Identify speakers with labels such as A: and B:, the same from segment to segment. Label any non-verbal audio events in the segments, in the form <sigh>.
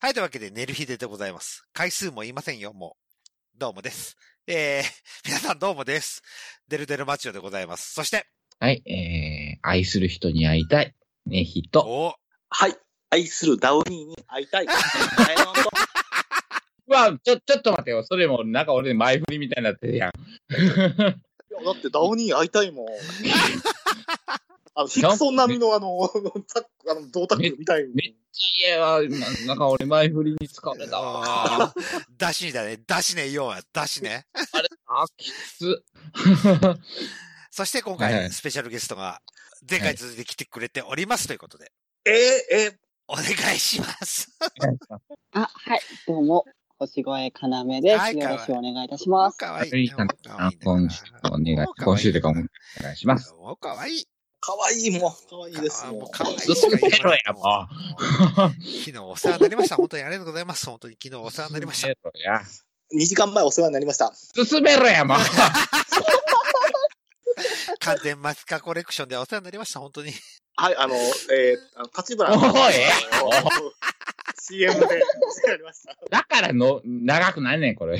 A: はい、というわけで、寝る日ででございます。回数も言いませんよ、もう。どうもです。えー、皆さんどうもです。デルデルマチオでございます。そして、
B: はい、えー、愛する人に会いたい。ね、人。
A: お
C: はい。愛するダウニーに会いたい。前の音
B: うわ、ちょ、ちょっと待てよ。それも、なんか俺前振りみたいになってるやん。
C: いやだってダウニー会いたい <laughs> もん。あの、ヒクソン並みのあの、タック、あの、銅タックみたい
B: め
C: に。
B: いや、ななんか俺前振りに使われたわ。
A: あーだしだね。だしね、ようや。だしね。
B: あ、きつ。
A: そして今
B: はいは
A: 回、
B: い
A: スペシャルゲストが、前回続いて来てくれておりますということで、
C: えー、えー、
A: お願いします。
D: あ、はい、どうも、星越えかなめです。
A: はい
D: よろしくお願いいたします。
A: かわ
B: はいい
A: い。、
B: あ今週、お願い、今週でかお願いします。
A: もうかわいい。
C: かわいいもん。かわいいです
A: あー
C: もん
A: もう。かわいい
B: 進めろや、も
A: 昨日お世話になりました。本当にありがとうございます。本当に昨日お世話
B: う。
A: になりました。
B: 進めろや。
C: 2時間前お世話になりました。
B: <laughs> 進めろや、もう。
A: <laughs> 完全マスカコレクションでお世話になりました。本当に。 <laughs>
C: はい、あの、えー、あの立花
B: お
C: <laughs> の
B: い
C: CM でお世話になりました。
B: だからの、長くなんねん、これ。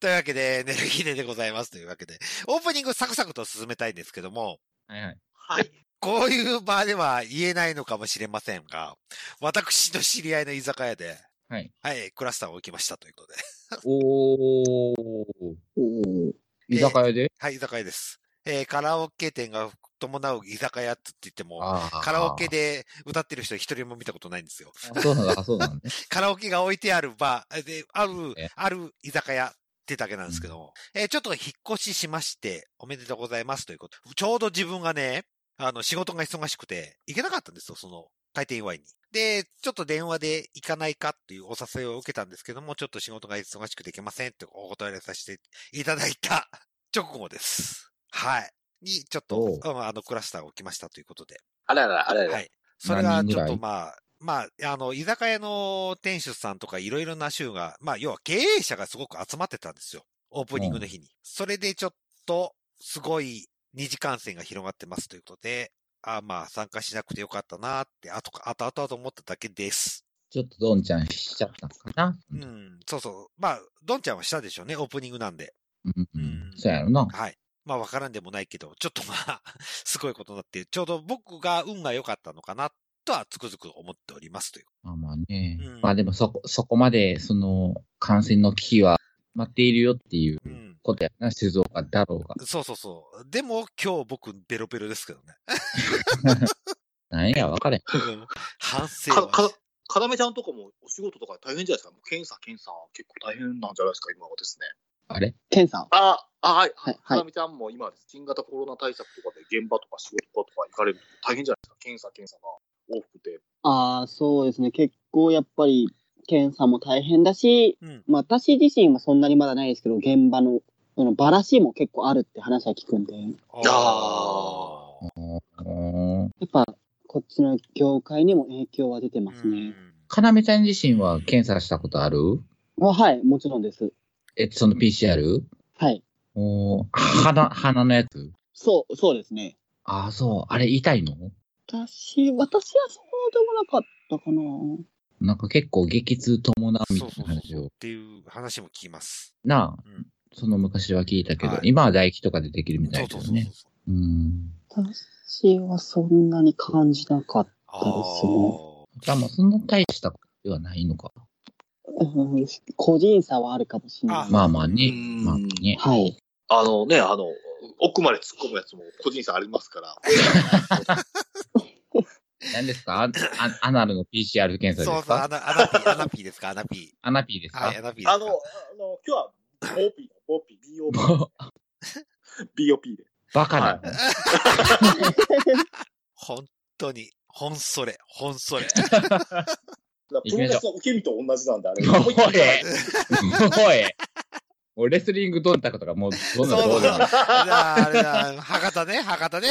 A: というわけで、寝る日ででございます。というわけで、オープニングサクサクと進めたいんですけども、
B: はいはい。
C: はい。
A: こういう場では言えないのかもしれませんが、私の知り合いの居酒屋で、
B: はい。
A: はい、クラスターを起きましたということで。 <laughs>
B: おー。居酒屋で
A: はい、居酒屋です。えーカラオケ店が伴う居酒屋って言っても、
B: あー
A: カラオケで歌ってる人一人も見たことないんですよ。
B: あそうなんだ、あそうなんだ。
A: <laughs> カラオケが置いてあるバー、で、ある
B: え、
A: ある居酒屋ってだけなんですけども、えーちょっと引っ越ししまして、おめでとうございますということ。ちょうど自分がね、あの、仕事が忙しくて、行けなかったんですよ、その、開店祝いに。で、ちょっと電話で行かないかっていうお誘いを受けたんですけども、ちょっと仕事が忙しくできませんってお断りさせていただいた直後です。はい。に、ちょっと
B: おう、
A: うんあの、クラスターが起きましたということで。
C: あららら、あらら
A: はい。それは
B: 何人
A: ち
B: ぐ
A: ょ
B: ら
A: っ
B: い
A: とまあ、まあ、あの、居酒屋の店主さんとかいろいろな州が、まあ、要は経営者がすごく集まってたんですよ。オープニングの日に。それでちょっと、すごい二次感染が広がってますということで、あまあ、参加しなくてよかったなって、あと、あとあとあと思っただけです。
B: ちょっとどんちゃんしちゃったのかな。
A: うん、そうそう。まあ、ドンちゃんはしたでしょうね、オープニングなんで。
B: うん。う
A: うん
B: ん。そうやろな。
A: はい。まあ、わからんでもないけど、ちょっとまあ、 <laughs> すごいことになって、ちょうど僕が運が良かったのかな、とはつくづく思っておりますという。
B: まあまあね。
A: うん
B: まあでもそこ、そこまで、その、感染の危機は待っているよっていう
A: うん。
B: ことやな、静岡だろうが。
A: そうそうそう。でも、今日僕、ベロベロですけどね。
B: なんや、わかれん。
A: うん反省
C: か、
A: は
C: か、かなめちゃんとかもお仕事とか大変じゃないですか。もう検査、検査、結構大変なんじゃないですか、今はですね。
B: あれ
D: ケンさん。
C: あ、あ、はい。
D: はい、
C: か
D: は。
C: ないみちゃんも今です、新型コロナ対策とかで現場とか仕事とか行かれると大変じゃないですか。検査、検査が多くて。
D: ああ、そうですね。結構やっぱり、ケンさんも大変だし、
A: うん
D: まあ私自身はそんなにまだないですけど、現場の、そのバラシも結構あるって話は聞くんで、や
C: あ
A: ー
B: おー
D: っぱ、こっちの業界にも影響は出てます
A: う
D: ね。
A: ん
B: かなめちゃん自身は検査したことある
D: あはい、もちろんです。
B: え、その PCR?
D: はい。
B: おー鼻、鼻のやつ
D: そう、そうですね。
B: ああ、そう。あれ、痛いの
D: 私、私はそうでもなかったかな。
B: なんか結構激痛伴うみた
A: そ
B: いう
A: そ
B: な
A: う
B: 話
A: そう。っ
B: を。
A: ていう話も聞きます。
B: なあ
A: うん、
B: その昔は聞いたけ
A: は
B: ど
A: い、
B: 今は唾液とかでできるみた
A: そ
B: いうだ
A: そう
B: よ
A: そう
B: ね。
A: そう。
B: うん。
D: 私はそんなに感じなかった。
A: あ
D: そうですよ
B: じゃあもうそんな大したことではないのか。
D: うん個人差はあるかもしれ
A: あ
D: ない。
B: まあまあね
C: う。ん
B: まあね。
D: はい。
C: あのね、あの、奥まで突っ込むやつも個人差ありますから。
B: 何ですかああアナルの PCR 検
A: ー
B: 査
A: そ
B: で
A: う
B: す
A: そう、
B: か
A: アナ、アナピー、アナピーですか、アナピ
B: アナピーです
A: ー。は
B: か
A: い、アナピーですか。
C: あの、あの、今日は BOP だ、BOP、
B: <laughs> もう
C: BOP、BOP で。
B: <laughs> バカだ。
A: 本当に、ほんそれ、ほんそれ。
C: だからプロレスの受け身と同じなんで、あれ。
B: もうえ
E: <laughs>
B: もうえもうレスリングどんたことかもうどんなどうだ
A: じゃあ、あれだ、博多ね、博多ね。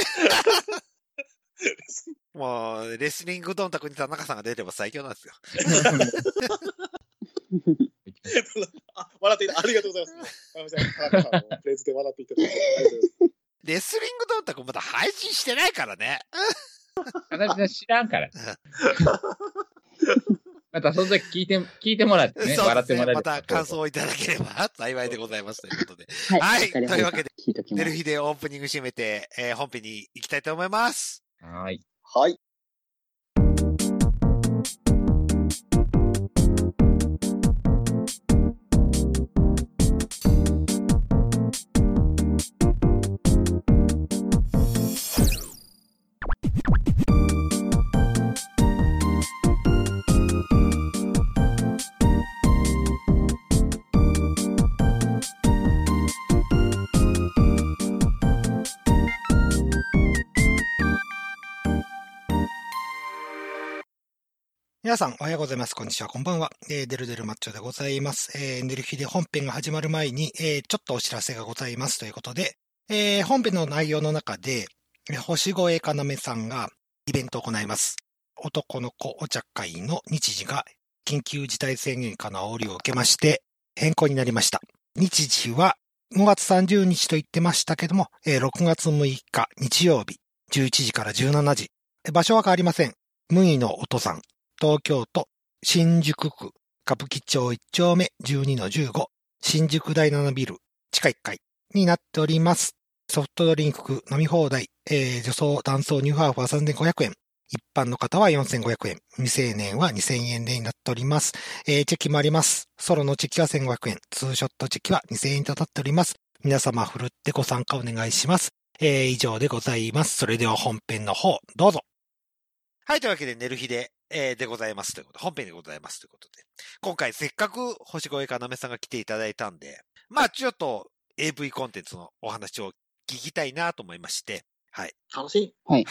A: もう、レスリングどんたくに田中さんが出れば最強なんですよ。
E: <laughs>
C: あ、笑っていた。ありがとうございます。あのさん田中さんのフレーズで笑っていただいてありがとうございます。
A: レスリングどんたくまだ配信してないからね。
B: 私は知らんから。またその時聞いて、聞いてもらって
E: そうで
B: ね、
E: すね
B: 笑ってもらえる
E: また感想をいただければ幸いでございますということで。はい
D: わかりました
E: というわけで。
D: 聞いときま
E: デル
D: す。
E: フィでオープニング締めて、えー本編に行きたいと思います。
B: はーい。
C: はい。
F: 皆さん、おはようございます。こんにちは、こんばんは。えーデルデルマッチョでございます。えー、デルヒで本編が始まる前に、えーちょっとお知らせがございますということで、えー本編の内容の中で、えー星越かなめさんがイベントを行います。男の子お茶会の日時が緊急事態宣言下の煽りを受けまして、変更になりました。日時は5月30日と言ってましたけども、えー6月6日日曜日、11時から17時。えー場所は変わりません。無意のお父さん。東京都新宿区歌舞伎町1丁目12の15新宿第7ビル地下1階になっております。ソフトドリンク飲み放題、えー、女装、男装、ニューハーフは3500円。一般の方は4500円。未成年は2000円でになっております。えーチェキもあります。ソロのチェキは1500円。ツーショットチェキは2000円となっております。皆様、ふるってご参加お願いします。えー以上でございます。それでは本編の方、どうぞ。
E: はい、というわけで、寝る日で、えーでございますということ、本編でございますということで。今回、せっかく星越かなめさんが来ていただいたんで、まあ、ちょっと AV コンテンツのお話を聞きたいなと思いまして、
C: 楽しい。
E: はい。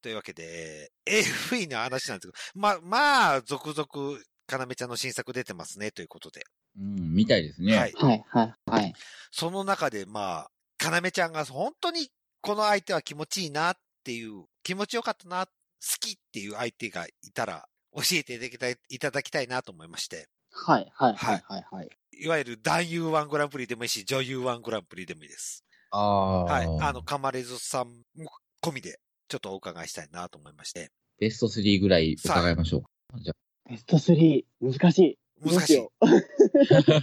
E: というわけで、えー AV の話なんですけど、まあ、まあ、続々、かなめちゃんの新作出てますね、ということで。
B: うん、みたいですね。
E: はい。
D: はい、はい、はい。
E: その中で、まあ、かなめちゃんが本当にこの相手は気持ちいいなっていう、気持ちよかったな、好きっていう相手がいたら、教えていただきたいいただきたいなと思いまして、
D: はい、はい、はい、はい、はい。
E: いわゆる男優ワングランプリでもいいし、女優ワングランプリでもいいです。
B: ああ、
E: はい。あの、かまれずさんも込みで、ちょっとお伺いしたいなと思いまして。
B: ベスト3ぐらい伺いましょうか。じゃ
D: ベスト3、難しい。どう
E: 難し
D: し
E: い
D: よ。
B: あ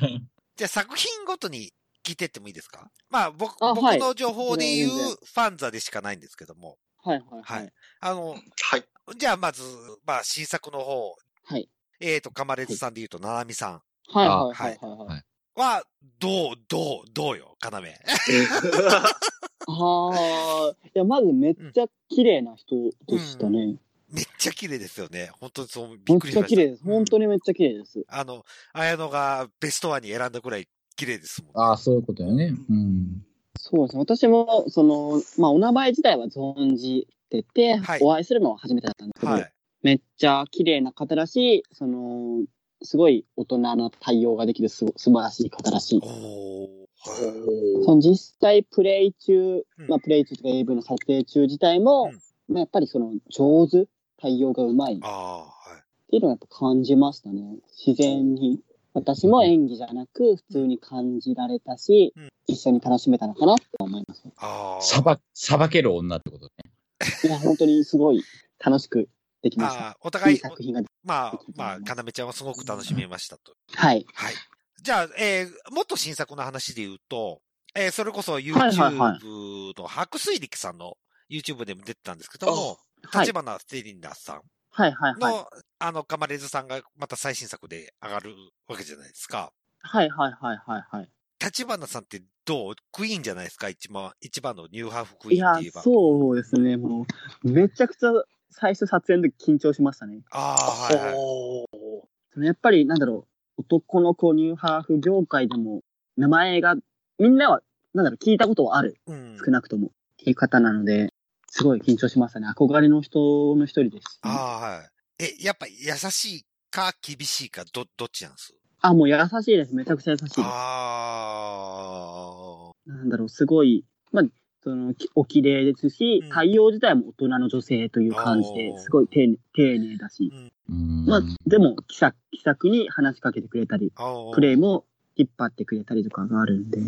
E: じゃあ作品ごとに聞いてってもいいですかまあ、僕、
D: あ
E: 僕
D: はい
E: の情報で言う
D: 全然全
E: ファンザでしかないんですけども。
D: う。はい、はい、
E: は
D: はいい。
E: あの、
C: <laughs> はい。
E: じゃあまず、まあ、新作の方、
D: はい。
E: えー、と、かまれずさんで言うと、ななみさん
D: はい、
B: あ
D: はい、はい、はい
B: は
D: はいい。
E: は、どう、どう、どうよ、かなめ。
D: ああ、いや、まずめっちゃ綺麗な人でしたね。
E: <laughs> めっちゃ綺麗ですよね。本当にそう、び
D: め
E: っ
D: っ
E: くり
D: ち
E: しました。
D: ゃ綺麗です。本当にめっちゃ綺麗です。
E: あの、綾野がベストワンに選んだくらい綺麗ですもん。
B: あー、そういうことよね。うん。
D: そうですね。私も、その、まあ、お名前自体は存じてて、
E: はい
D: お会いするのは初めてだったんですけど、
E: はい。
D: めっちゃ綺麗な方らしい、その、すごい大人な対応ができるすご素晴らしい方らしい。
E: おー。
D: その実際プレイ中、
E: うん
D: まあ、プレイ中とか AV の撮影中自体も、まあ、やっぱりその上手、対応がうまいって
E: ああー、はい。
D: いうのをやっぱ感じましたね。自然に。私も演技じゃなく、普通に感じられたし、
E: うん
D: 一緒に楽しめたのかなって思います。
E: ああ。
B: さば、さばける女ってことね。
D: いや、本当にすごい楽しくできまし
E: あ
D: た。
E: あ、お
D: い
E: 互
D: い
E: い、
D: 作品ができ
E: まあ、まあ、かなめちゃんはすごく楽しめましたと。
D: はい。
E: はい。じゃあ、えーもっと新作の話で言うと、えーそれこそ
D: はいはいはい
E: YouTube の白水力さんの YouTube でも出てたんですけども、
D: はい
E: 立花ステリンダーさ
D: はいはい
E: んの、
D: はい。
E: あの、カマレズさんがまた最新作で上がるわけじゃないですか。
D: はいはいはいはいはい。
E: 立花さんってどうクイーンじゃないですか一番、一番のニューハーフク
D: い
E: イーン
D: や
E: って言え、ば。
D: そうですね。もう、めちゃくちゃ最初撮影の時緊張しましたね。
E: ああ、はい、はい。
D: そのやっぱり、なんだろう、男の子ニューハーフ業界でも、名前が、みんなは、なんだろう、聞いたことはある。
E: うん。
D: 少なくとも。っていう方なので、すごい緊張しましたね。憧れの人の一人です。
E: ああ、はい。え、やっぱ優しいか厳しいか、ど、どっちなんです
D: あ、もう優しいです。めちゃくちゃ優しいです。
E: ああ、
D: なんだろう、すごい、まあ、その、きお綺麗ですし
E: うん、
D: 対応自体も大人の女性という感じ
E: お
D: で
E: ー、
D: すごい丁寧丁寧だし、
B: うん。
D: まあ、でも、気さく気さくに話しかけてくれたり、
E: ああ。
D: プレイも引っ張ってくれたりとかがあるんで、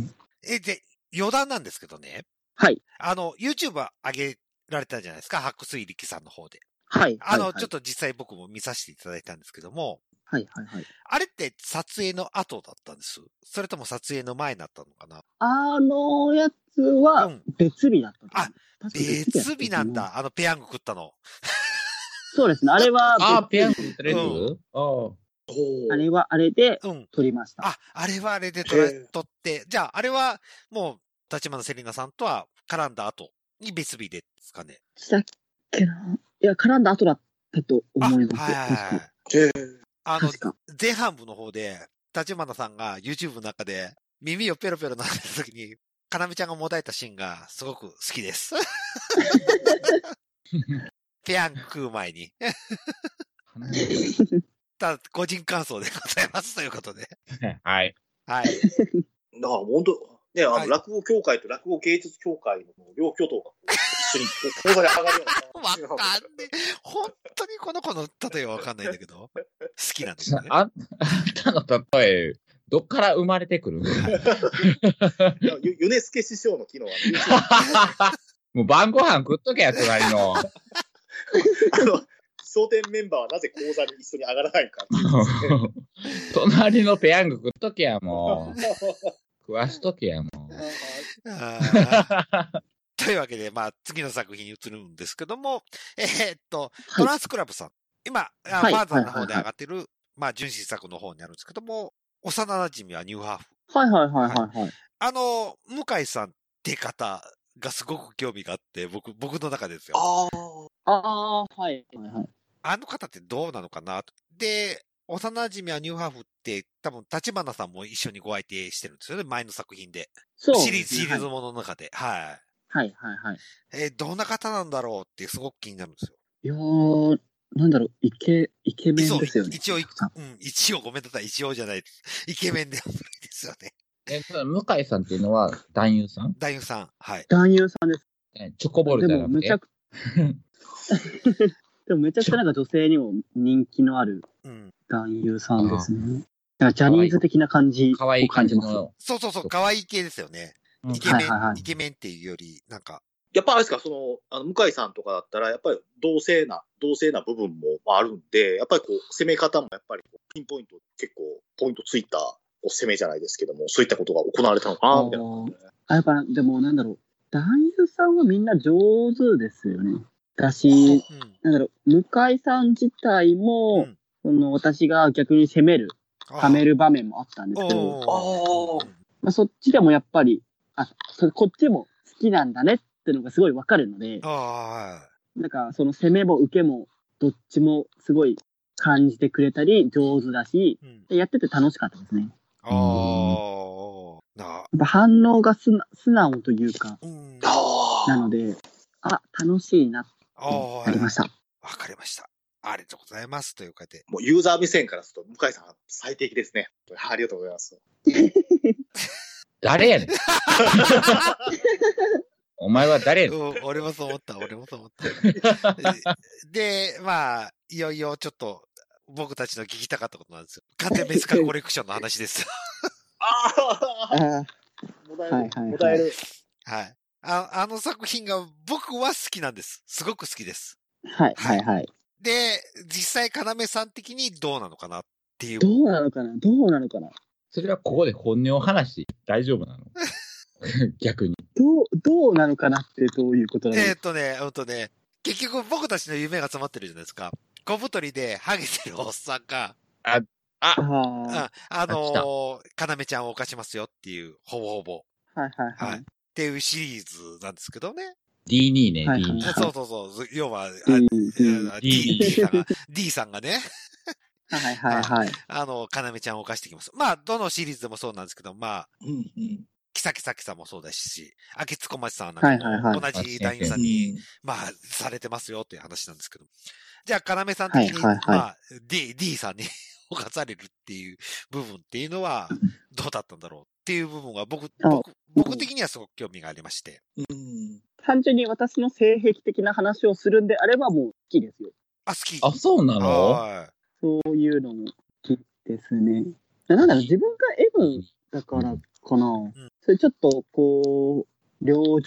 E: え、で、余談なんですけどね。
D: はい、
E: あの、YouTube 上げられたじゃないですか。白水力さんの方で。
D: はい。
E: あの、ちょっ
D: と、
E: と実際僕も見させていただいたんですけども、
D: はいはいはい。
E: あれって撮影の後だったんです。それとも撮影の前になったのかな
D: あのやつ
E: う
D: は
E: ん
D: 別日だったんですよ。
E: あ
D: 確か
E: 別日
D: だ
E: な
D: った
E: ん
D: か。
E: だ。あのペヤング食ったの。
D: そうですね。あれは、
B: ああ、ペヤン
D: 別
B: グ売ってるやつ、
E: う
B: ああ。
C: おー
D: あれはあれで
E: うん。
D: 撮りました。
E: あ、あれはあれで撮ら
C: へえ
E: 撮って、じゃああれはもう、立花セリナさんとは絡んだ後に別日でですかね。
D: したっけないや、絡んだ後だったと
E: あ、
D: 思
E: はいい
D: ます。
E: はい
D: 確
E: は
D: か
E: い。
C: へえ
E: あの
D: 確、か。
E: 前半部の方で、立花さんが YouTube の中で耳をペロペロなってた時に、かなめちゃんがもだえたシーンがすごく好
C: <laughs>
E: きです。ペヤング食う前に。ただ、個人感想でございますということで。
B: <laughs> はい。
C: <laughs>
E: は
C: だか
E: い。
C: ら本当、ね、あ
E: は
C: の、
E: い
C: 落語協会と落語芸術協会の両巨頭が一緒に講座に上がるよう
E: わかん
C: な。
E: ねえ。本当にこの子の例えはわかんないんだ
B: <laughs>
E: けど。好きなんだけどね。
B: あ <laughs> んたの例え、どっから生まれてくる <laughs>
C: いやユユネスケ師匠の機能は、
B: もう晩ご飯食っとけや、隣 <laughs> の。
C: あの、笑点メンバーはなぜ講座に一緒に上がらないかっていうのですね
B: 隣のペヤング食っとけや、も <laughs> う。食わしとけや、もう。
E: あー <laughs> というわけで、まあ、次の作品に移るんですけども、 <laughs> えーっと、トランスクラブさん。今、あ
D: はい
E: バーザーの
D: はい
E: 方
D: はい
E: で
D: はい
E: 上がってる、まあ、純真作の方にあるんですけども、幼馴染はニューハーフ。
D: はいはいはいはいはい。
E: あの、向井さんって方がすごく興味があって、僕、僕の中ですよ。
C: ああ。
D: ああー、はいはいはい。
E: あの方ってどうなのかなとで、幼馴染はニューハーフって、多分、立花さんも一緒にご相手してるんですよね、前の作品で。
D: そうですね。
E: シリーズ、シリーズ
D: はい
E: ものの中で。はい。
D: はいはいはい。
E: えーどんな方なんだろうってすごく気になるんですよ。
D: いやー、なんだろう、イケ、イケメンですよね。
E: 一応、一応
D: さ
E: うん、一応ごめんなさい、一応じゃない。イケメンではないですよね。
B: え、ただ向井さんっていうのは男優さん
E: 男優さん、はい。
D: 男優さんです。
B: えチョコボールじ
D: で
B: ゃ
D: も
B: な
D: め
B: く
D: ちゃ
B: て。
D: く、 <laughs> でもめちゃくちゃなんか女性にも人気のある
E: うん。
D: 男優さんですね。なんかジャニーズ的な感じ
B: 可愛い
D: を
B: 感
D: 感
B: じ
D: じます。
B: の。
E: そうそうそう、可愛い系ですよね。
B: うん
E: イケメン、
D: はいはいはい
E: イケメンっていうより、なんか、
C: やっぱあれですか、その、あの、向井さんとかだったら、やっぱり同性な、同性な部分もまああるんで、やっぱりこう、攻め方もやっぱりこうピンポイント、結構、ポイントついたお攻めじゃないですけども、そういったことが行われたのかな、みたいな。
D: あやっぱ、でもなんだろう、男優さんはみんな上手ですよね。だし、
E: うん。
D: なんだろう、向井さん自体も、
E: うん
D: その私が逆に攻める、
E: あ
D: はめる場面もあったんですけど、
E: おー
C: あー
D: まあ、そっちでもやっぱり、あ、そこっちも好きなんだねっていうのがすごいわかるので
E: あ、あ
D: なんかその攻めも受けもどっちもすごい感じてくれたり上手だし、
E: ー、はい。うん。
D: やってて楽しかったですね。
E: あーなあ。
D: やっぱ反応が素な素直というか、
E: うん。
C: あ
D: なので、あ、楽しいなって
E: あー
D: なりました。
E: わかりました。ありがとうございます。というかで。
C: もうユーザー目線からすると、向井さんは最適ですね。ありがとうございます。
B: 誰やね <laughs> ん。お前は誰やねん。
E: うん俺もそう思った、俺もそう思った。で、でまあ、いよいよちょっと、僕たちの聞きたかったことなんですよ。完全メスカルコレクションの話です。
C: ああ、
D: あ
C: もだえ
D: はいはいは
C: る。
D: い
C: もだえる。
E: はい。ああの作品が僕は好きなんです。すごく好きです。
D: はいはいはい。
E: で、実際、要さん的にどうなのかなっていう。
D: どうなのかなどうなのかな
B: それはここで本音を話して大丈夫
D: <laughs>
B: なの逆に。
D: どう、どうなのかなってどういうことなの
E: えーっとね、うんとね、結局僕たちの夢が詰まってるじゃないですか。小太りでハゲてるおっさんが、
D: あ
E: う
D: あ
E: ん、あのー、要ちゃんを犯しますよっていう、ほぼほぼ。
D: ー、はいはい
E: は。
D: はい
E: っ
D: い。
E: ていうシリーズなんですけどね。
B: D2 ね、
D: はい
B: D2。
D: はい
E: そうそうそう。要は、あ
D: うんうん
E: あ D, D さんが、D さんがね、
D: はいはいはい。
E: あの、要ちゃんを犯してきます。まあ、どのシリーズでもそうなんですけど、まあ、
C: うんうん。
E: キサキサキさんもそうだし、明津小町さん
D: は
E: なん
D: いはい
E: か
D: は
E: も
D: い
E: 同じ団員さんに、まあ、されてますよっていう話なんですけど。じゃあ、要さん的に、
D: はいはいはい
E: まあ、D、D さんに犯されるっていう部分っていうのは、どうだったんだろうっていう部分は僕、僕、僕的にはすごく興味がありまして。
C: うん。
D: 単純に私の性癖的な話をするんであればもう好きですよ。
E: あ、好き。
B: あ、そうなの
E: はい
D: そういうのも好きですね。なんだろう、自分が M だからかな。それちょっと、こう、両直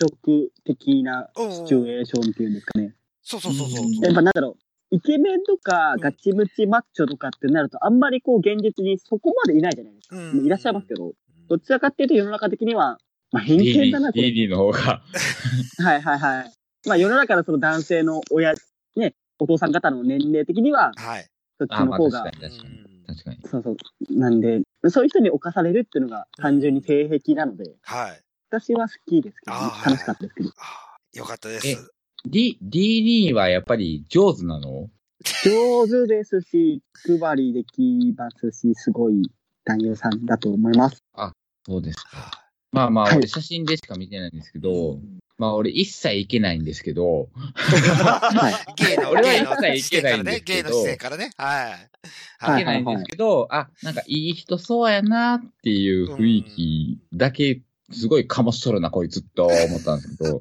D: 的な
E: うんうん
D: シチュエーションっていうんですかね。
E: そうそうそうそう。
D: やっぱなんだろう、イケメンとか、ガチムチマッチョとかってなると、あんまりこう、現実にそこまでいないじゃないですか。
E: うん
D: いらっしゃいますけど、
E: う
D: ど
E: ん
D: ちらかっていうと世の中的には、まあ、偏見だな、これ。
B: DD の方が。
D: はいはいはい。まあ、世の中のその男性の親、ね、お父さん方の年齢的には、
E: はい。
D: そっち
B: あ、
D: の
B: まあ
D: 方
B: 確
D: が
B: かに確かに。
E: うん
B: 確かに。
D: そうそう。なんで、そういう人に侵されるっていうのが単純に性癖なので、
E: はい。
D: 私は好きですけど、ね
E: あー、
D: 楽しかったですけど。
E: あーよかったで
B: え
E: す。
B: D、DD はやっぱり上手なの
D: 上手ですし、配りできますし、すごい男優さんだと思
B: <laughs>
D: います。
B: そうです。
E: は
B: まあまあ、
D: はい
B: 俺写真でしか見てないんですけど、まあ俺一切いけないんですけど、
D: はい。
E: いゲイの、
B: 俺は
E: ゲイ
B: 一切い
E: の視
B: けな
E: 点
B: い
E: から
B: んで
E: ね
B: す。
E: ゲ
B: け
E: イ
B: ど
E: の視点からね。はい。
B: い
E: は
B: け
E: い。
B: ないんですけど、あ、なんかいい人そうやなっていう雰囲気だけ、すごいかもしとるな、こいつと思ったんですけど、
D: い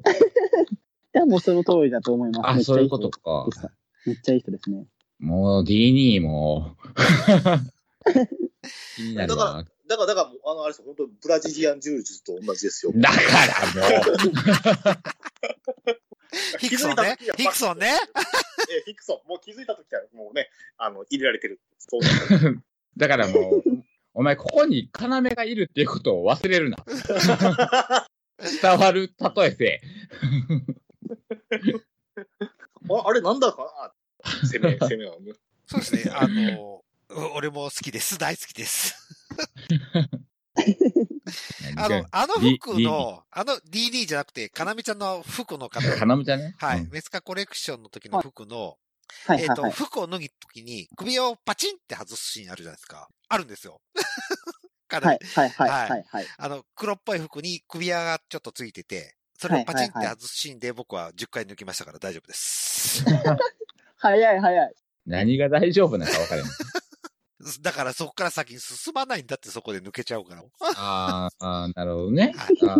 D: や、もうその通りだと思います。
B: あ、
D: めっちゃ
B: そういうこと
D: 人
B: か
D: で。した。めっちゃいい人ですね。
B: もう D2 も。気になるわ。
C: だから、だからもう、あの、あれですよ、本当にブラジリアン柔術と同じですよ。
B: だからもう。
E: ヒクソ
C: 気づい
E: ンね
C: た。時
E: ヒクソンね。
C: え、ヒクソン、もう気づいた時は、もうね、あの、入れられてる。そう
B: だからもう、お前ここに要がいるっていうことを忘れるな。伝わる例えせ。
C: ああれ、なんだかな攻
E: <laughs>
C: め、攻めは。
E: そうですね。あの、お俺も好きです。大好きです。あの、あの服
B: D-
E: の、あの DD じゃなくて、かなみちゃんの服の方。
B: かなむちゃんね。
E: はい。
B: う
E: メスカコレクションの時の服の、
D: はいは
E: えっ
D: いは
E: と、
D: い。
E: 服を脱ぐ時に首をパチンって外すシーンあるじゃないですか。あるんですよ。かな
D: は
E: り
D: いはいはいはいはい。
E: あの、黒っぽい服に首輪がちょっとついてて、それをパチンって外すシーンで僕は10回抜きましたから大丈夫です。
D: 早い早い。
B: ん何が大丈夫なのか分かる。
E: だからそこから先に進まないんだってそこで抜けちゃうから。
B: あーあー、なるほどね。
E: はい
B: あ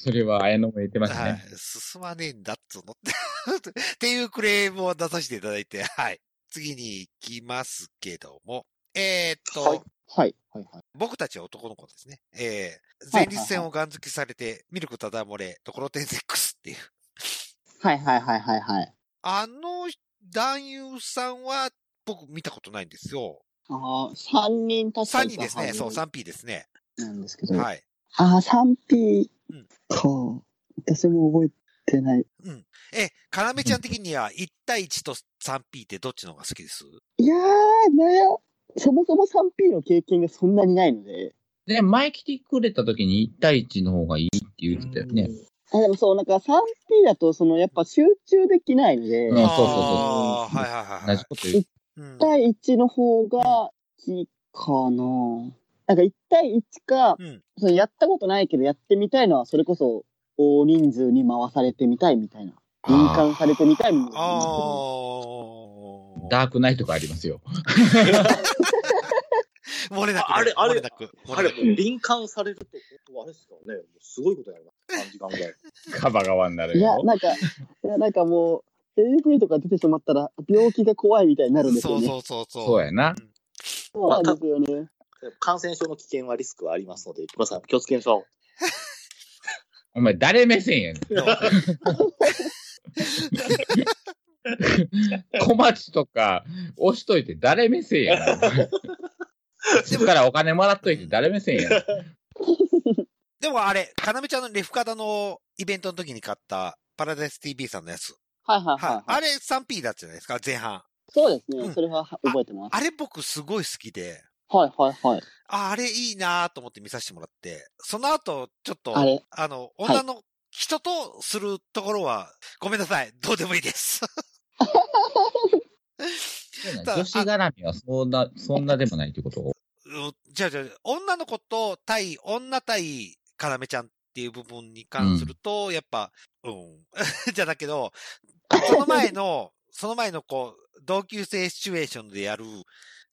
B: それは綾野も言ってました
E: はい
B: ね。。
E: 進まねえんだっつうのって。 <laughs> っていうクレームを出させていただいて、はい。次に行きますけども。えーっと、
C: はい
D: はいはいはい。
E: 僕たちは男の子ですね。えー、
D: は
E: 前
D: いはいはい
E: 立腺をガン付きされて、ミルクただ漏れ、ところてんセックスっていう。
D: はいはいはいはいはい。
E: あの男優さんは、僕見たことないんですよ。
D: ああ、三人確か
E: 3
D: に。
E: 人ですね。そう、3P ですね。
D: なんですけど。
E: はい。
D: ああ、賛否
E: うん
D: か。私も覚えてない。
E: うん。え、カラメちゃん的には、1対1と 3P ってどっちの方が好きです
D: いやー、なや、そもそも 3P の経験がそんなにないので。
B: で、前来てくれた時に1対1の方がいいって言ってたよね。
D: あでもそう、なんか 3P だと、その、やっぱ集中できないので、
B: うんそ
D: 1
B: うそうそう
E: あーはいはいは
B: 同
E: いは
B: じ
E: い。
B: こと言う。
E: うん
D: 対1の方が好きかな。なんか1対1か、
E: うん
D: そのやったことないけど、やってみたいのは、それこそ、大人数に回されてみたいみたいな。
B: あー
D: 敏感されてみたいみたい
E: ああ
D: な。
B: ダークナイトがありますよ。
E: 漏れなくね。
C: あれあれ
E: 漏なく。
C: あれ、敏感されるって、本当あれですからね、もうすごいことになります。3時間ぐ
E: <laughs>
C: らい。
B: カバ側になる
D: いや、
B: よ。
D: なんか、いや、なんかもう、AV とか出てしまったら、病気が怖いみたいになるんです
E: そ
D: よ
E: う
D: ね。
E: そうそうそう。
B: そうやな。
D: そうなんですよね。 <laughs>
C: 感染症の危険はリスクはありますので、皆さん気をつけましょ
B: お前誰目線やねん。小町とか押しといて誰目線やね
E: <laughs>
B: ん。自からお金もらっといて誰目線やね
E: <laughs>
B: ん。
E: でもあれ、かなめちゃんのレフカダのイベントの時に買った、パラダイス TV さんのやつ。
D: はいはいはい、
E: は
D: はい
E: い。。あれ 3P だったじゃないですか、前半。
D: そうです
E: うん
D: ね。それはは覚えてます。
E: あれ僕すごい好きで、
D: はいはいはい。
E: あ、あれいいなと思って見させてもらって、その後、ちょっと、
D: あ
E: あ
D: れ
E: の、女の人とするところは、ごめんなさい、どうでもいいです。
B: 女子絡みはそんな、そんなでもないってこと
E: うじゃあじゃあ女の子と対、女対、カラメちゃんっていう部分に関すると、やっぱ、うん、 <laughs> じゃだけど、その前の、その前のこう、同級生シチュエーションでやる、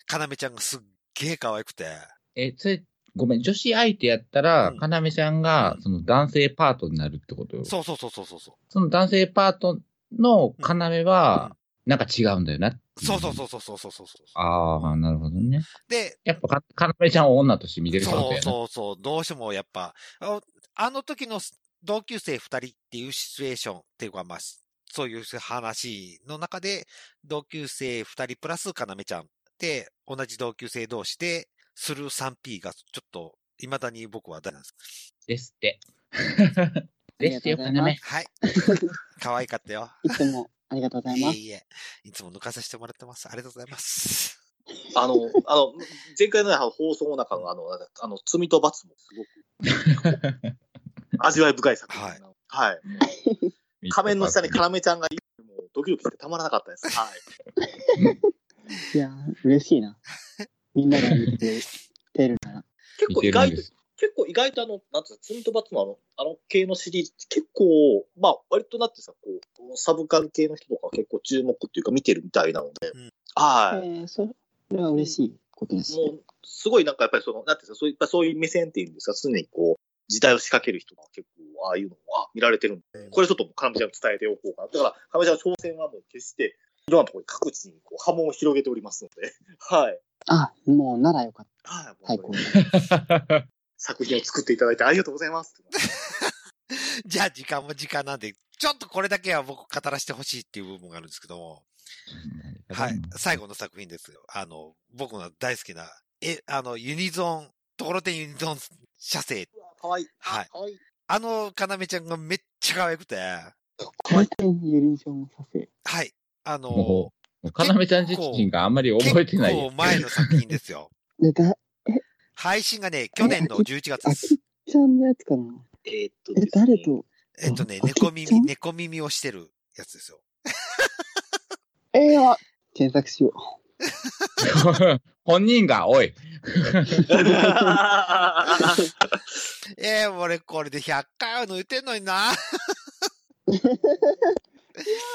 E: カラメちゃんがすっげえ可愛くて、
B: え、それ、ごめん、女子相手やったら、
E: うん
B: かなめちゃんが、その男性パートになるってこと
E: そうそうそうそうそうそ
B: その男性パートのかなめ
E: うん
B: は、なんか違うんだよな。
E: う。そうそうそうそうそうそうそうそう。
B: ああ、なるほどね。
E: で、
B: やっぱか、かなめちゃんを女として見てるからだよな
E: そうそうそう、どうしてもやっぱ、ああの時の同級生二人っていうシチュエーションっていうか、まあ、そういう話の中で、同級生二人プラスかなめちゃんで、同じ同級生同士で、する 3P がちょっと、未だに僕は大なんです。
B: ですって。ですよ、か
D: りがとうございます
B: なめ。
E: はい。可愛かったよ。
D: いつもありがとうござい
E: い
D: ま
E: え
D: す。
E: いえ。いつも抜かさせてもらってます。ありがとうございます。 <laughs>
C: あの、あの、前回のねあの放送の中の、あの、なんだあの、罪と罰もすごく
B: <laughs>
C: 味わい深い作品。
E: はい。
C: はい。仮面の下にカラメちゃんがいるもうドキドキしてたまらなかったで
B: <laughs>
C: す。はい。
D: いやー、嬉しいな。みんなが見てくれてるなら。
C: 結
B: 見
C: 構
B: てる
C: 意
B: ん
C: 外
B: で
C: と
B: す。
C: 結構意外とあの、なんつうの、ツンとバツのあの、あの系のシリーズって結構、まあ、割となってさ、こう、サブカル系の人とか結構注目っていうか見てるみたいなので、
E: うん
C: はい。
D: えー、それは嬉しいことです。
C: もう、すごいなんかやっぱりその、なんていうんですか、そういっぱいそういう目線っていうんですか、常にこう、時代を仕掛ける人が結構、ああいうのは見られてるんで、これちょっともうカメちゃんに伝えておこうかな。だから、カメちゃんの挑戦はもう決して、いろんなところに各地にこう波紋を広げておりますので、 <laughs> はい。
D: あ、もうならよかっ
C: はい。
D: た。最高。
B: <laughs>
C: 作品を作っていただいてありがとうございます。
E: じゃあ時間も時間なんで、ちょっとこれだけは僕語らせてほしいっていう部分があるんですけども、はい。最後の作品ですよ。あの、僕の大好きな、え、あの、ユニゾン、ところてんユニゾン社生。
C: うわかわいい。
E: はい
C: かわいい。
E: あの、かなめちゃんがめっちゃ可愛くて、
D: こうやってユニションをさせ。
E: はい。あの
B: も、う、かなめちゃん自身があんまり覚えてない。
E: 結構
B: <laughs>
E: 前の作品ですよ。
D: で、だ、
E: 配信がね、去年の11月
D: あ
E: で
D: き
E: す
D: っ。ちゃんのやつかな。
C: えーっと
D: え、
C: ですね
D: 誰
C: <laughs>
D: と <laughs>
E: えっとね、
D: あ
E: 猫
D: あきっちゃ
E: 耳、
D: ん
E: 猫耳をしてるやつですよ。
D: えー、あ検索しよう。
B: <laughs> 本人が、おい。
E: えー、俺これで100回は抜いてんのにな。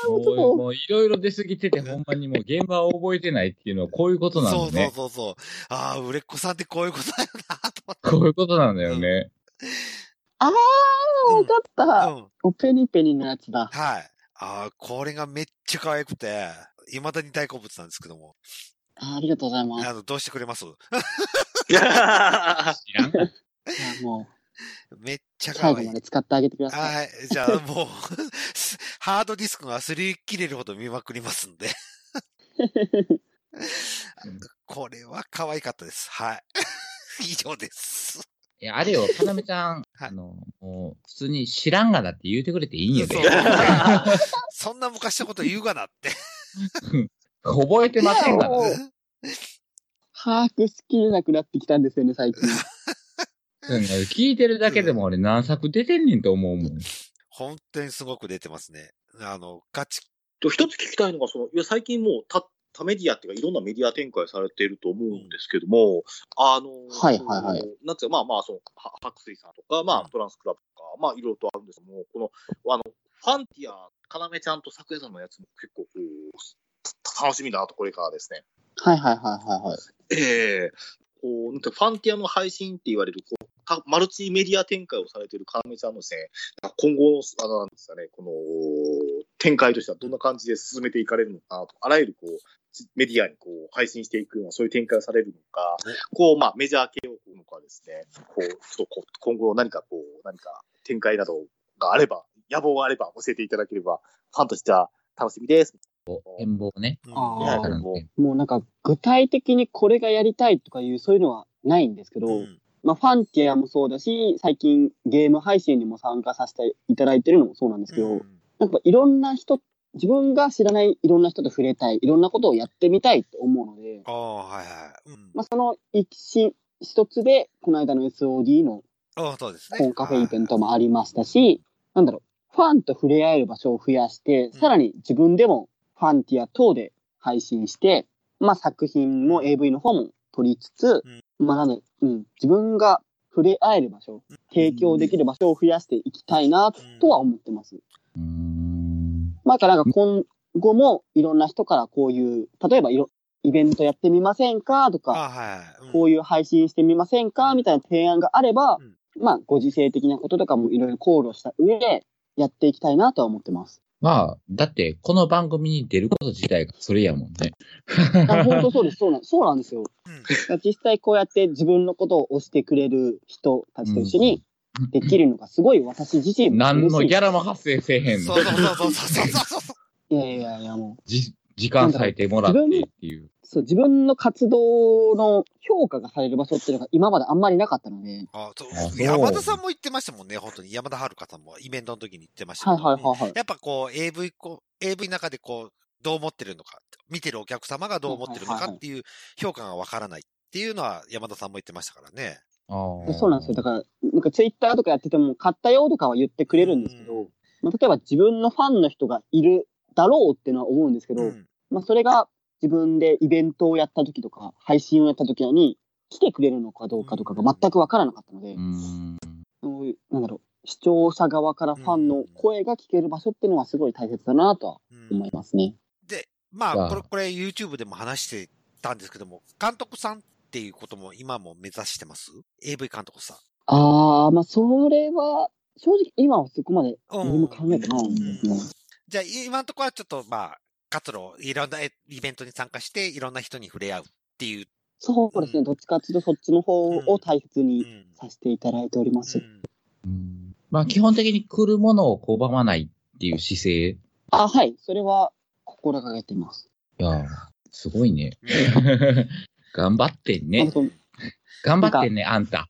B: もう、もういろいろ出過ぎてて、ほんまにもう現場を覚えてないっていうのは、こういうことな
E: そ
B: の
E: うそ
B: ね
E: う。そうそう。ああ、売れっ子さんってこういうことだよな、と思って。
B: こういうことなんだよね。
D: あー、わかった、
E: うん。
D: おペニペニのやつだ。
E: はい。ああ、これがめっちゃ可愛くて、未だに大好物なんですけども。
D: あーありがとうございます。
E: あの、どうしてくれます
B: 知らんか
D: じゃあも
E: めっち
D: う、
E: ゃ可
D: 最
E: 愛
D: 後
E: い
D: ま。で使ってあげてください。
E: はい。じゃあもう、 <laughs> すハードディスクが擦り切れるほど見まくりま
B: <laughs>
E: すんで。これは可愛かったです。はい。 <laughs> 以上です。
B: いや、あれよ、かなめちゃん、あの、もう、普通に知らんがなって言うてくれていいんやで
E: そう。そんな昔のこと言うがなって。
B: 覚えてませんがな。
D: 把握しきれなくなってきたんですよね、
E: <laughs>
D: 最近。
B: うん聞いてるだけでも俺何作出てんねんと思うもん。
E: 本当にすごく出てますね。あの、ガチ、
C: と一つ聞きたいのが、その、いや、最近もう、た、他メディアっていうか、いろんなメディア展開されてると思うんですけども、あの、
D: はいはいはい
C: なんていうか、まあまあ、その、は白水さんとか、ま
E: うん
C: あ、トランスクラブとか、まあ、いろいろとあるんですけども、この、あの、ファンティア、かなめちゃんとさくやさんのやつも結構、こう、た楽しみだなと、これからですね。
D: はいはいはいはいはい。
C: ええこう、なんかファンティアの配信って言われる、こう、たマルチメディア展開をされてるカラメちゃんのですね、今後の、あの、なんですかね、この、展開としてはどんな感じで進めていかれるのかなと、あらゆる、こう、メディアにこう配信していくような、そういう展開をされるのか、こう、まあ、メジャー系をこうのかですね、こう、ちょっとこう今後何かこう、何か展開などがあれば、野望があれば教えていただければ、ファンとしては楽しみです。
B: 展望ね。
E: うん
D: あー
B: だからね
D: もうなんか、具体的にこれがやりたいとかいう、そういうのはないんですけど、
E: うん
D: まあ、ファンティアもそうだし、最近ゲーム配信にも参加させていただいてるのもそうなんですけど、
E: うん
D: なんかいろんな人、自分が知らないいろんな人と触れたい、いろんなことをやってみたいと思うので、
E: ああ、はいはい。うん。
D: まあ、その一心一つで、この間の SOD の
E: ああ、そうですね。
D: コンカフェイベントもありましたし、なんだろう、ファンと触れ合える場所を増やして、
E: うん
D: さらに自分でもファンティア等で配信して、まあ作品も AV の方も撮りつつ、まあなんだろう、うん、自分が触れ合える場所、提供できる場所を増やしていきたいな、とは思ってます。
B: うーん。
D: まあだからなんか今後もいろんな人からこういう、例えばいろイベントやってみませんかと
E: あ
D: か、
E: あ、はいはい。
D: こういう配信してみませんかみたいな提案があれば、
E: うん
D: まあ、ご時世的なこととかもいろいろ考慮した上で、やっていきたいなとは思ってます。
B: まあ、だって、この番組に出ること自体がそれやもんね。
D: あ本当そうです。そうなんそうなんですよ。
E: うん
D: 実際こうやって自分のことを推してくれる人たちと一緒に、できるのがすごい私自身も
B: 何の
D: 嬉し
B: ギ
D: い
B: ャラも発生せえへんの
E: そう。そうそう
B: <laughs>
E: そうそうそうそう。
D: いやいやいや、もう、
B: じ時間割いてもらってっていう。
D: そう、自分の活動の評価がされる場所っていうのが今まであんまりなかったので、
E: あそう
B: あそう
E: 山田さんも言ってましたもんね、本当に。山田遥さんもイベントの時に言ってました
D: はい
E: けど。
D: はいはいはい。
E: やっぱこう、AV こう、AV の中でこう、どう思ってるのか、見てるお客様がどう思ってるのかっていう評価がわからないっていうのは山田さんも言ってましたからね。
B: ああ
D: そうなんですよ。だから、なんかツイッターとかやってても、買ったよとかは言ってくれるんですけ
E: う
D: ど、まあ、例えば自分のファンの人がいるだろうっていうのは思うんですけど、
E: うん。
D: まあ、それが自分でイベントをやった時とか、配信をやった時に、来てくれるのかどうかとかが全くわからなかったので、
B: うん。
D: そういうなんだろう、視聴者側からファンの声が聞ける場所っていうのはすごい大切だなとは
E: うん
D: 思いますね。
E: で、ま
B: ま
E: あ、
B: あ
E: これ、これ YouTube でも話してたんですけども、監督さんっていうことも今も目指してます ?AV 監督さん。
D: ああ、まあ、それは、正直今はそこまで何も考えてないんですね。
E: じゃあ、今のところはちょっとまあ、活路、いろんなえイベントに参加して、いろんな人に触れ合うっていう。
D: そうですね、どっちかっていうとそっちの方を大切
E: う
D: に
E: ん
D: させていただいております。
E: うん
B: うんまあ基本的に来るものを拒まないっていう姿勢。い
D: あ、はい、それは心がけています。
B: やー、すごいね。頑張ってん
D: な
B: ね
D: んか。その
B: 頑張ってんね、あんた。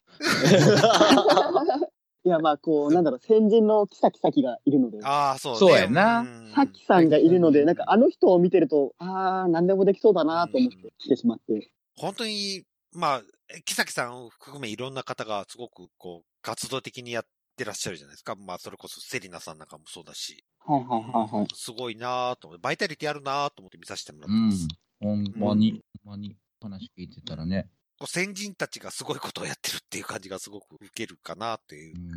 D: いや、まあ、こう、なんだろう、先人のキサキサキがいるので、
E: ああ、そうね
B: そうやな
E: うん
D: サキさんがいるの
B: う
D: で、
B: ん
D: なんかあの人を見てると、ああ、何でもできそうだなと思って来てしまって。
E: 本当に、まあ、木崎さんを含めいろんな方がすごくこう、活動的にやってらっしゃるじゃないですか。まあ、それこそセリナさんなんかもそうだし。
D: はいはいはいはい。
E: すごいなぁと思って、バイタリティあるなぁと思って見させてもら
B: う
E: ってます
B: ん。。ほんまに、ほんまに話聞いてたらね。
E: こう先人たちがすごいことをやってるっていう感じがすごく受けるかなっていう
B: う。ん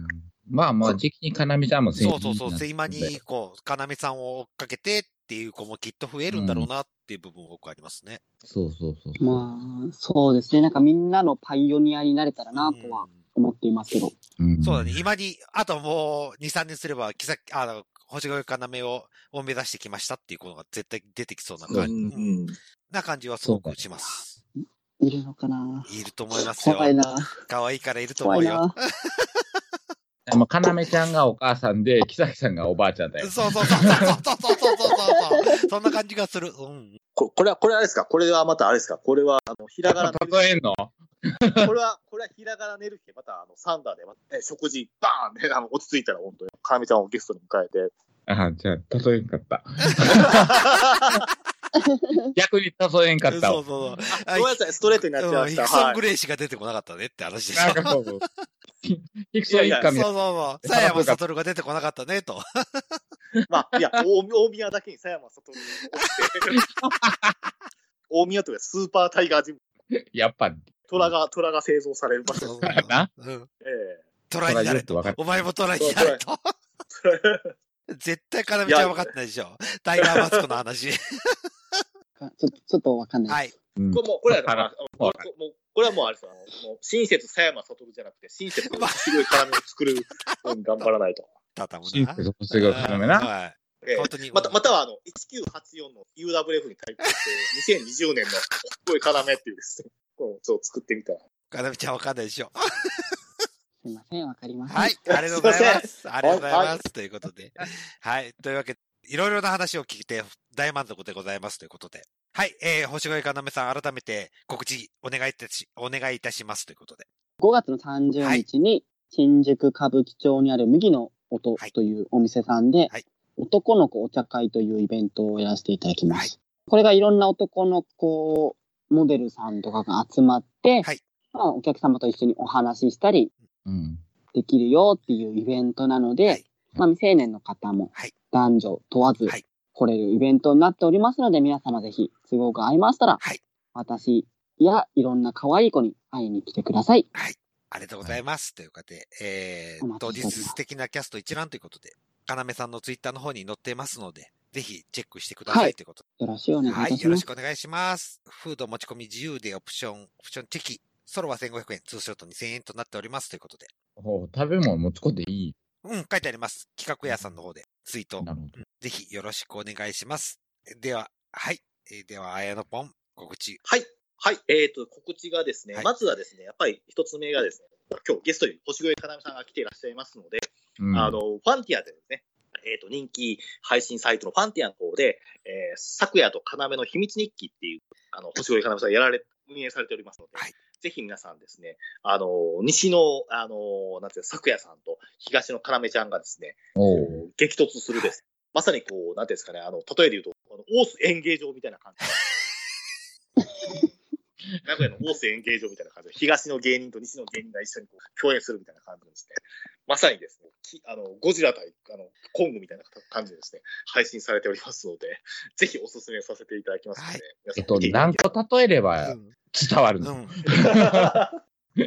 B: まあまあ、時期にかなみちゃんも <laughs> 先
E: そう
B: 人
E: そうそう、
B: なって
E: 今に、こう、要さんを追っかけてっていう子もきっと増えるんだろうなっていう部分僕ありますね。
B: そうそうそうそう。
D: まあ、そうですね、なんかみんなのパイオニアになれたらなとは思っていますけど。
B: うん
E: そうだね、今に、あともう2、3年すれば、木崎、あの、星越要をを目指してきましたっていうことが絶対出てきそうな
C: う
E: 感じ、うん
C: ん。
E: な感じはすごくします。
D: いるのかない
E: ると思いますよ。
D: 怖いな。
E: 可愛いからいると思
D: 怖
E: う
D: い
E: よ。
D: な。
B: まあ、かなめちゃんがお母さんで、木崎さんがおばあちゃんだよ。
E: そうそうそうそうそうそうそうそうそう。そんな感じがする。うん。
C: ここれは、これあれですかこれはまたあれですかこれは、あの、ひらがなねる
B: 例えんの
C: これは、これはひらがな寝る日、またあの、サンダーで、またえ食事、バーンで、あの、落ち着いたら本当に、かなみちゃんをゲストに迎えて、
B: あじゃあ、例えんか
E: <laughs>
B: った。逆に例えんかった
E: そう
B: わ。
E: そうそう。
C: ごめんなさい、ストレートになっちゃい
E: うん
C: ま
E: ヒ
C: した。
E: クソ
C: は
E: ン・
C: い
E: グ。レイシーが出てこなかったねって話でし
B: なん
E: た。
B: かそうそう。ヒクソン一
E: そ
B: 家み
E: うそ
B: た
E: う
B: い
E: そう。佐山悟が出てこなかったねと。
C: まあ、いや、大大宮だけに佐山悟を追って大宮というかスーパータイガージム、
B: やっぱ、
C: 虎が、虎が製造される場
E: そう
C: 所
E: そ
B: だ
E: う
B: な。 <laughs>
E: うん
C: ええ
E: トライになれ
B: トライよくわか
E: と
B: る。
E: お前もトライになれと。絶対金道は分かってないでしょ。タイガーマスコの
C: <laughs>
E: 話。
D: ちょっと、ちょっとわかんない。
E: はい。
B: うん
C: これもう、これは、
B: あら
C: あのもうこもうこれはもうあれですよあのもう親切佐山悟じゃなくて、親切の面白い絡みを作るように頑張らないと。
E: たたむ
B: シン
E: な
B: プ。ルとすごい絡めな。
E: はい。
C: ええ
E: 本当に
C: また、または、あの、1984の UWF に対抗して、2020年のこういう要っていうですね、これをちょっと作ってみたら。
E: 金道は分かんないでしょ。
D: すいません、わかりません。
E: はい、ありがとうございます。ありがとうございます。ということで。はい、というわけで、いろいろな話を聞いて大満足でございますということで。はい、えー、星越かなめさん、改めて告知お願いいたし、お願いいたしますということで。
D: 5月の30日に、新宿歌舞伎町にある麦の音
E: はい
D: というお店さんで、
E: はい
D: 男の子お茶会というイベントをやらせていただきます。これがいろんな男の子モデルさんとかが集まって、
E: はい
D: まあ、お客様と一緒にお話ししたり
B: うん。
D: できるよっていうイベントなので、
E: はい
D: まあ、未成年の方も
E: はい
D: 男女問わず
E: はい
D: 来れるイベントになっておりますので、皆様ぜひ都合が合いましたら、
E: はい
D: 私やいろんな可愛い子に会いに来てください。
E: ありがとうございます。ということで、え
D: お
E: ー、当
D: 待ちしてお
E: 日
D: ります
E: 素敵なキャスト一覧ということで、かなめさんのツイッターの方に載っていますので、ぜひチェックしてくださ
D: はいい
E: ということで
D: よろしくお願いい
E: は
D: た
E: い、
D: し
E: よろ
D: ま
E: し
D: す。
E: くお願いします。フード持ち込み自由でオプション、オプションチェキ、ソロは1500円、ツーショット2000円となっておりますということで。
B: ほう食べ物持ち込んでいい。
E: うん、書いてあります。企画屋さんの方でツイート
B: なるほど。
E: ぜひよろしくお願いします。では、はい。えーでは、あやのぽん、告知。
C: はい。はい、えー、と、告知がですね、
E: はい
C: まずはですね、やっぱり一つ目がですね、今日ゲストに星越かなみさんが来ていらっしゃいますので、
B: うん
C: あの、ファンティアでですね、えっ、と、人気配信サイトのファンティアの方で、えー、昨夜と要の秘密日記っていう、あの、星越要さんやられ、運営されておりますので、
E: はい
C: ぜひ皆さんですね、あの、西の、あの、なんていうか、昨夜さんと東の要ちゃんがですね、
B: おう
C: こう激突するです。まさにこう、なんていうんですかね、あの、例えで言うと、あの、オース演芸場みたいな感じ。名古屋のオース演芸場みたいな感じで、東の芸人と西の芸人が一緒にこう共演するみたいな感じでですね、まさにですね、きあの、ゴジラ対、あの、コングみたいな感じでですね、配信されておりますので、ぜひお勧めさせていただきますので、皆
B: え
C: さ
B: っ
C: ん
B: と、
C: 見ていただ
B: 何
C: ければ
B: 個例えれば
E: ん。
B: 伝わる
E: う
B: の、
E: ん。はい。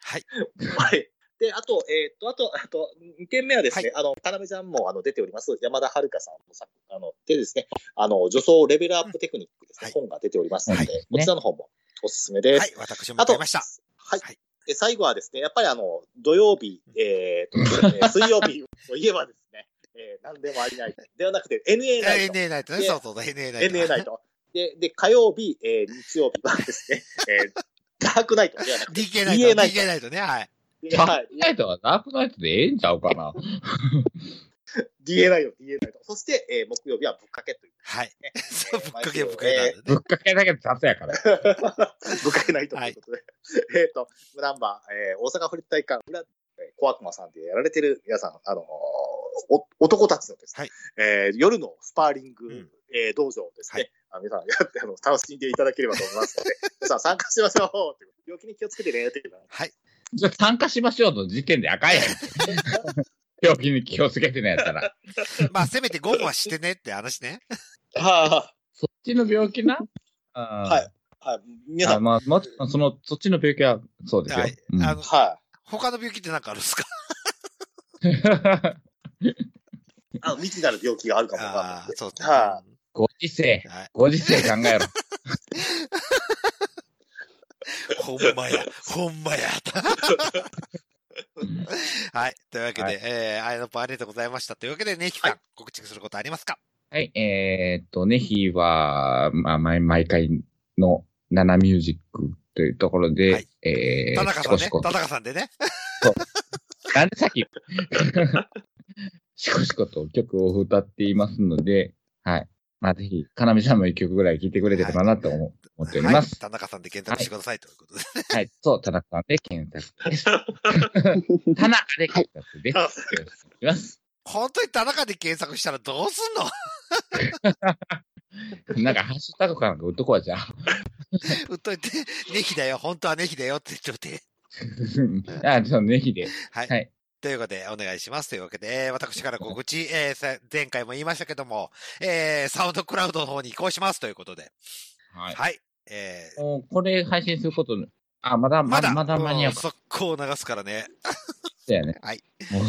C: はい。で、あと、えっと、あと、あと、2点目はですね、あの、田辺ちゃんもあの出ております、山田遥さんの作あの、でですね、あの、女装レベルアップテクニックですね、
E: はい
C: 本が出ておりますので、
B: はい
C: こちらの方もおすすめです。
E: はい、私も
C: あ
E: 買
C: と、
E: いました。
C: はい。
E: はい
C: で、最後はですね、やっぱりあの、土曜日、えー
E: <laughs>
C: と、えー水曜日といえばですね、えー、何でもありない。ではなくて、NA ナイト。
E: NA ナイトね、
C: で
E: そうそうそう、NA ナイト。
C: NA ナイト。で、で、火曜日、えー、日曜日はですね、えー、ダークナイトではなくて、
E: DK ナイト、
C: DA ナイト
E: DK ナイトね、はい。
B: ダークナイトはダークナイトでええんちゃうかな。
C: DA ナイト、DA ナイト。そして、えー木曜日はぶっかけという。
E: はい
C: ね。
E: そう、
C: え
E: ぶ
C: ー
E: っかけぶっかけなんで
B: ぶ
E: ね
B: っ。かけだけで雑やから。
C: ぶっかけナイトということで。 <laughs> えっと、ナンバー、えー大阪フリッタイ館裏、えー小悪魔さんでやられてる皆さん、あのーお男たちのですね、えー夜のスパーリング、
E: うん
C: えー道場をです
E: は
C: ね、あ皆さんやってあの楽しんでいただければと思いますので、 <laughs> 皆さん参加しましょうという病気に気をつけてねという
E: はい。
B: じゃあ参加しましょうの時点で
E: <laughs>
B: 赤いやん。病気に気をつけてないやったら。
E: まあ、せめて午後はしてねって話ね。
C: は。
B: そっちの病気なはい
C: はい。皆さ
B: あ
C: ん、
B: まあ、もちろんその、そっちの病気はそうですよ。
E: はい
B: うん
E: あの、
C: はい。
E: 他の病気ってなんかあるんですか
C: あの未知なる病気があるかもわかんない
E: あ
C: ん
E: あ
C: で、。
E: そうですね。
C: は
B: <laughs> ご時世、
E: はい。
B: ご時世考
E: <laughs>
B: えろ。
E: ほんまや、ほんまや。はい。というわけ
B: は
E: で、えー、あやのぽんありがとうございました。というわけで、ねひさん、告知することありますか
B: はい、えーっとね、日は、まあ、毎毎回のナナミュージックというところで、
E: はい
B: えー、
E: 田中さんね
B: シコ。シコ
E: 田中さんでね。
B: なんでさっき、 <laughs> シコシコと曲を歌っていますので、はい。まあ、ぜひ、かなみさんも一曲ぐらい聴いてくれてればなと思,、思っておりま
E: はい。
B: す。
E: 田中さんで検索してくださいということで。
B: はい、そう、田中さんで検索です。田中で検索です。よろしくお願いします。
E: 本当に田中で検索したらどうすんの
B: なんか、ハッシュタグかなんか打っとこうじゃん。
E: うっといて、ネヒだよ、本当はネヒだよって言っておいて。
B: あ、そう、ネヒで。
E: はい。
B: はい
E: ということで、お願いします。というわけで、えー私から告知、えーさ前回も言いましたけども、えーサウンドクラウドの方に移行しますということで。
B: は
E: はいい。。えー
B: もうこれ配信すること、あ、まだ、ま
E: まだ、
B: だ、まだ間に合う
E: うん速攻流すからね。
B: だよね。
E: はい。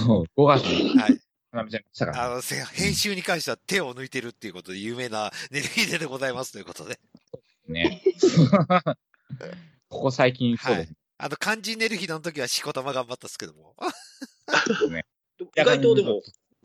B: もう、5月に、
E: はい。
B: 花見ちゃんが来たから。
E: あの、せ編集に関しては手を抜いてるっていうことで有名なネルヒデでございますということで。
B: ね。 <laughs> ここ最近そうですね。
E: あの、漢字ネルヒデの時はしこたま頑張ったですけども。
C: 意外とでも、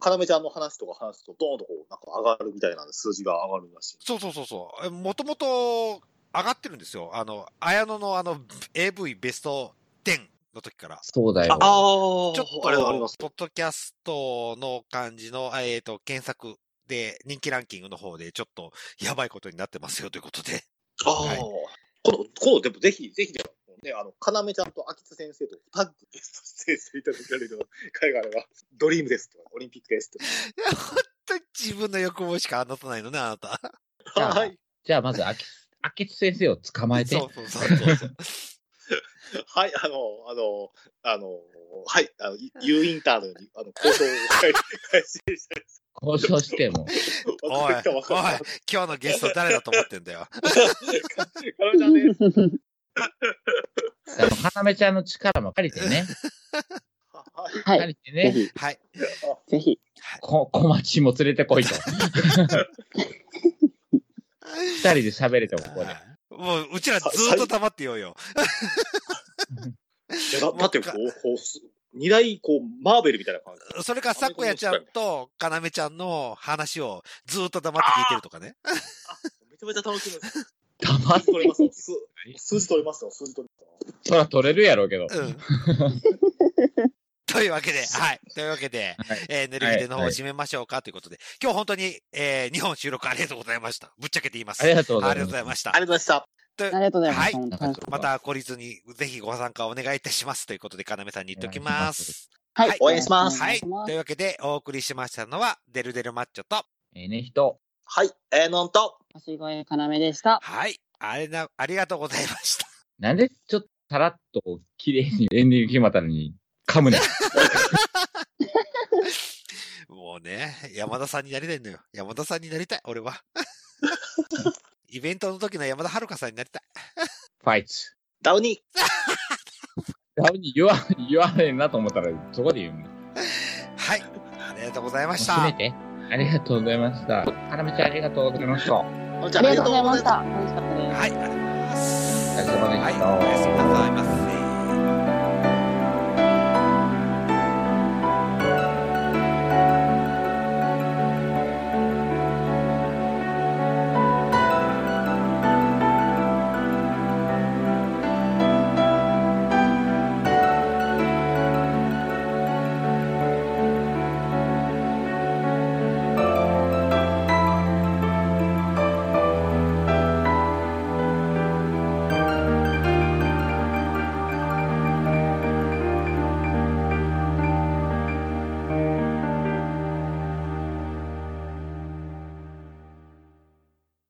C: 要ちゃんの話とか話すと、ドーンとこう、なんか上がるみたいなんで、数字が上がるらしい。
E: そうそうそうそう。もともと上がってるんですよ。あの、綾野のあの、AV ベスト10の時から。
B: そうだよ。
C: あ
E: ちょっと、
C: ありがとうございます。
E: ポッドキャストの感じの、えっ、と、検索で、人気ランキングの方で、ちょっと、やばいことになってますよ、ということで。 <laughs>
C: ああ、
E: はい
C: この、この、でもぜひ、ぜひ、ね、あの、要ちゃんと秋津先生とタッグゲスト出演していただける会があれば、ドリームですとか、オリンピックですと
E: いや、本当に自分の欲望しか話さないのね、あなた。
C: か。
B: あ
C: はい。
B: じゃあ、まず、あき、あきつ先生を捕まえて
E: そ。うそうそうそうそう。
C: はい、あの、あの、あの、はい、あの、U インターのように、あの、交渉を開始して、
B: 交渉して
E: <laughs>
B: も。
E: おい、おい
C: 私、が分かった。
E: 今日のゲスト誰だと思ってんだよ。
C: 要ちゃんです。
B: あの、花めちゃんの力も借りてね。
C: はい。
D: は
B: 借
D: い。
B: りて
D: ぜ
B: ね。
D: ひ、
E: はい。
D: ぜひ。
B: こ、小町も連れてこ <laughs> いと。二人で喋れてもここで。
E: もう、うちらずーっと黙ってようよ。
C: いやだだってこう、こうす、二大、こう、マーベルみたいな感じ。
E: それから、さこやちゃんと、かなめちゃんの話をずーっと黙って聞いてるとかね。
C: めちゃめちゃ楽しみです。
B: 黙っ
C: 数字取れますよ。数数字取れますよ。数字取れますよ。
B: そら取れるやろうけど。
A: うん。というわけで、はい。というわけで、
B: はい
A: えー、ぬるひでの方を締めましょうかということで、今日本当に、えー、日本収録ありがとうございました。ぶっちゃけて言います。
B: ありがとうご
A: あ
B: ざいます
A: りがとうございました
C: あ。りがとうございました。
D: ありがとうございます。
A: はい
D: 本当に
A: また懲りずに、ぜひご参加お願いいたします。ということで、かなめさんに言っときます。
D: はい
A: はい
C: 応援します
A: はい。
D: お
A: と
D: 願し
A: いうわけで、お送りしましたのは、デルデルマッチョと、
B: ええね、人。
C: はい。えー、のんと。
D: ます橋越かなめでした。
A: はい。あれな、ありがとうございました。
B: なんで、ちょっと、さらっと、綺麗にエンディング決まったのに、噛 <laughs> むねん。
A: もうね、山田さんになりたいのよ。山田さんになりたい、俺は。イベントの時の山田遥さんになりたい。
B: ファイツ。
C: ダウニー。
B: ダウに言わ、言わへんなと思ったら、そこで言うもん。
A: はい。ありがとうございまし
B: 忘れ
A: た。
B: て。ありがとうございました。かなめちゃんありがとうございました。
C: のんちゃ
D: あ
C: ん
D: りがとうございまし。た。楽しかったです。
A: はい、ありがとうございます。
B: お疲れ様でした
A: はい、おやすみなさい。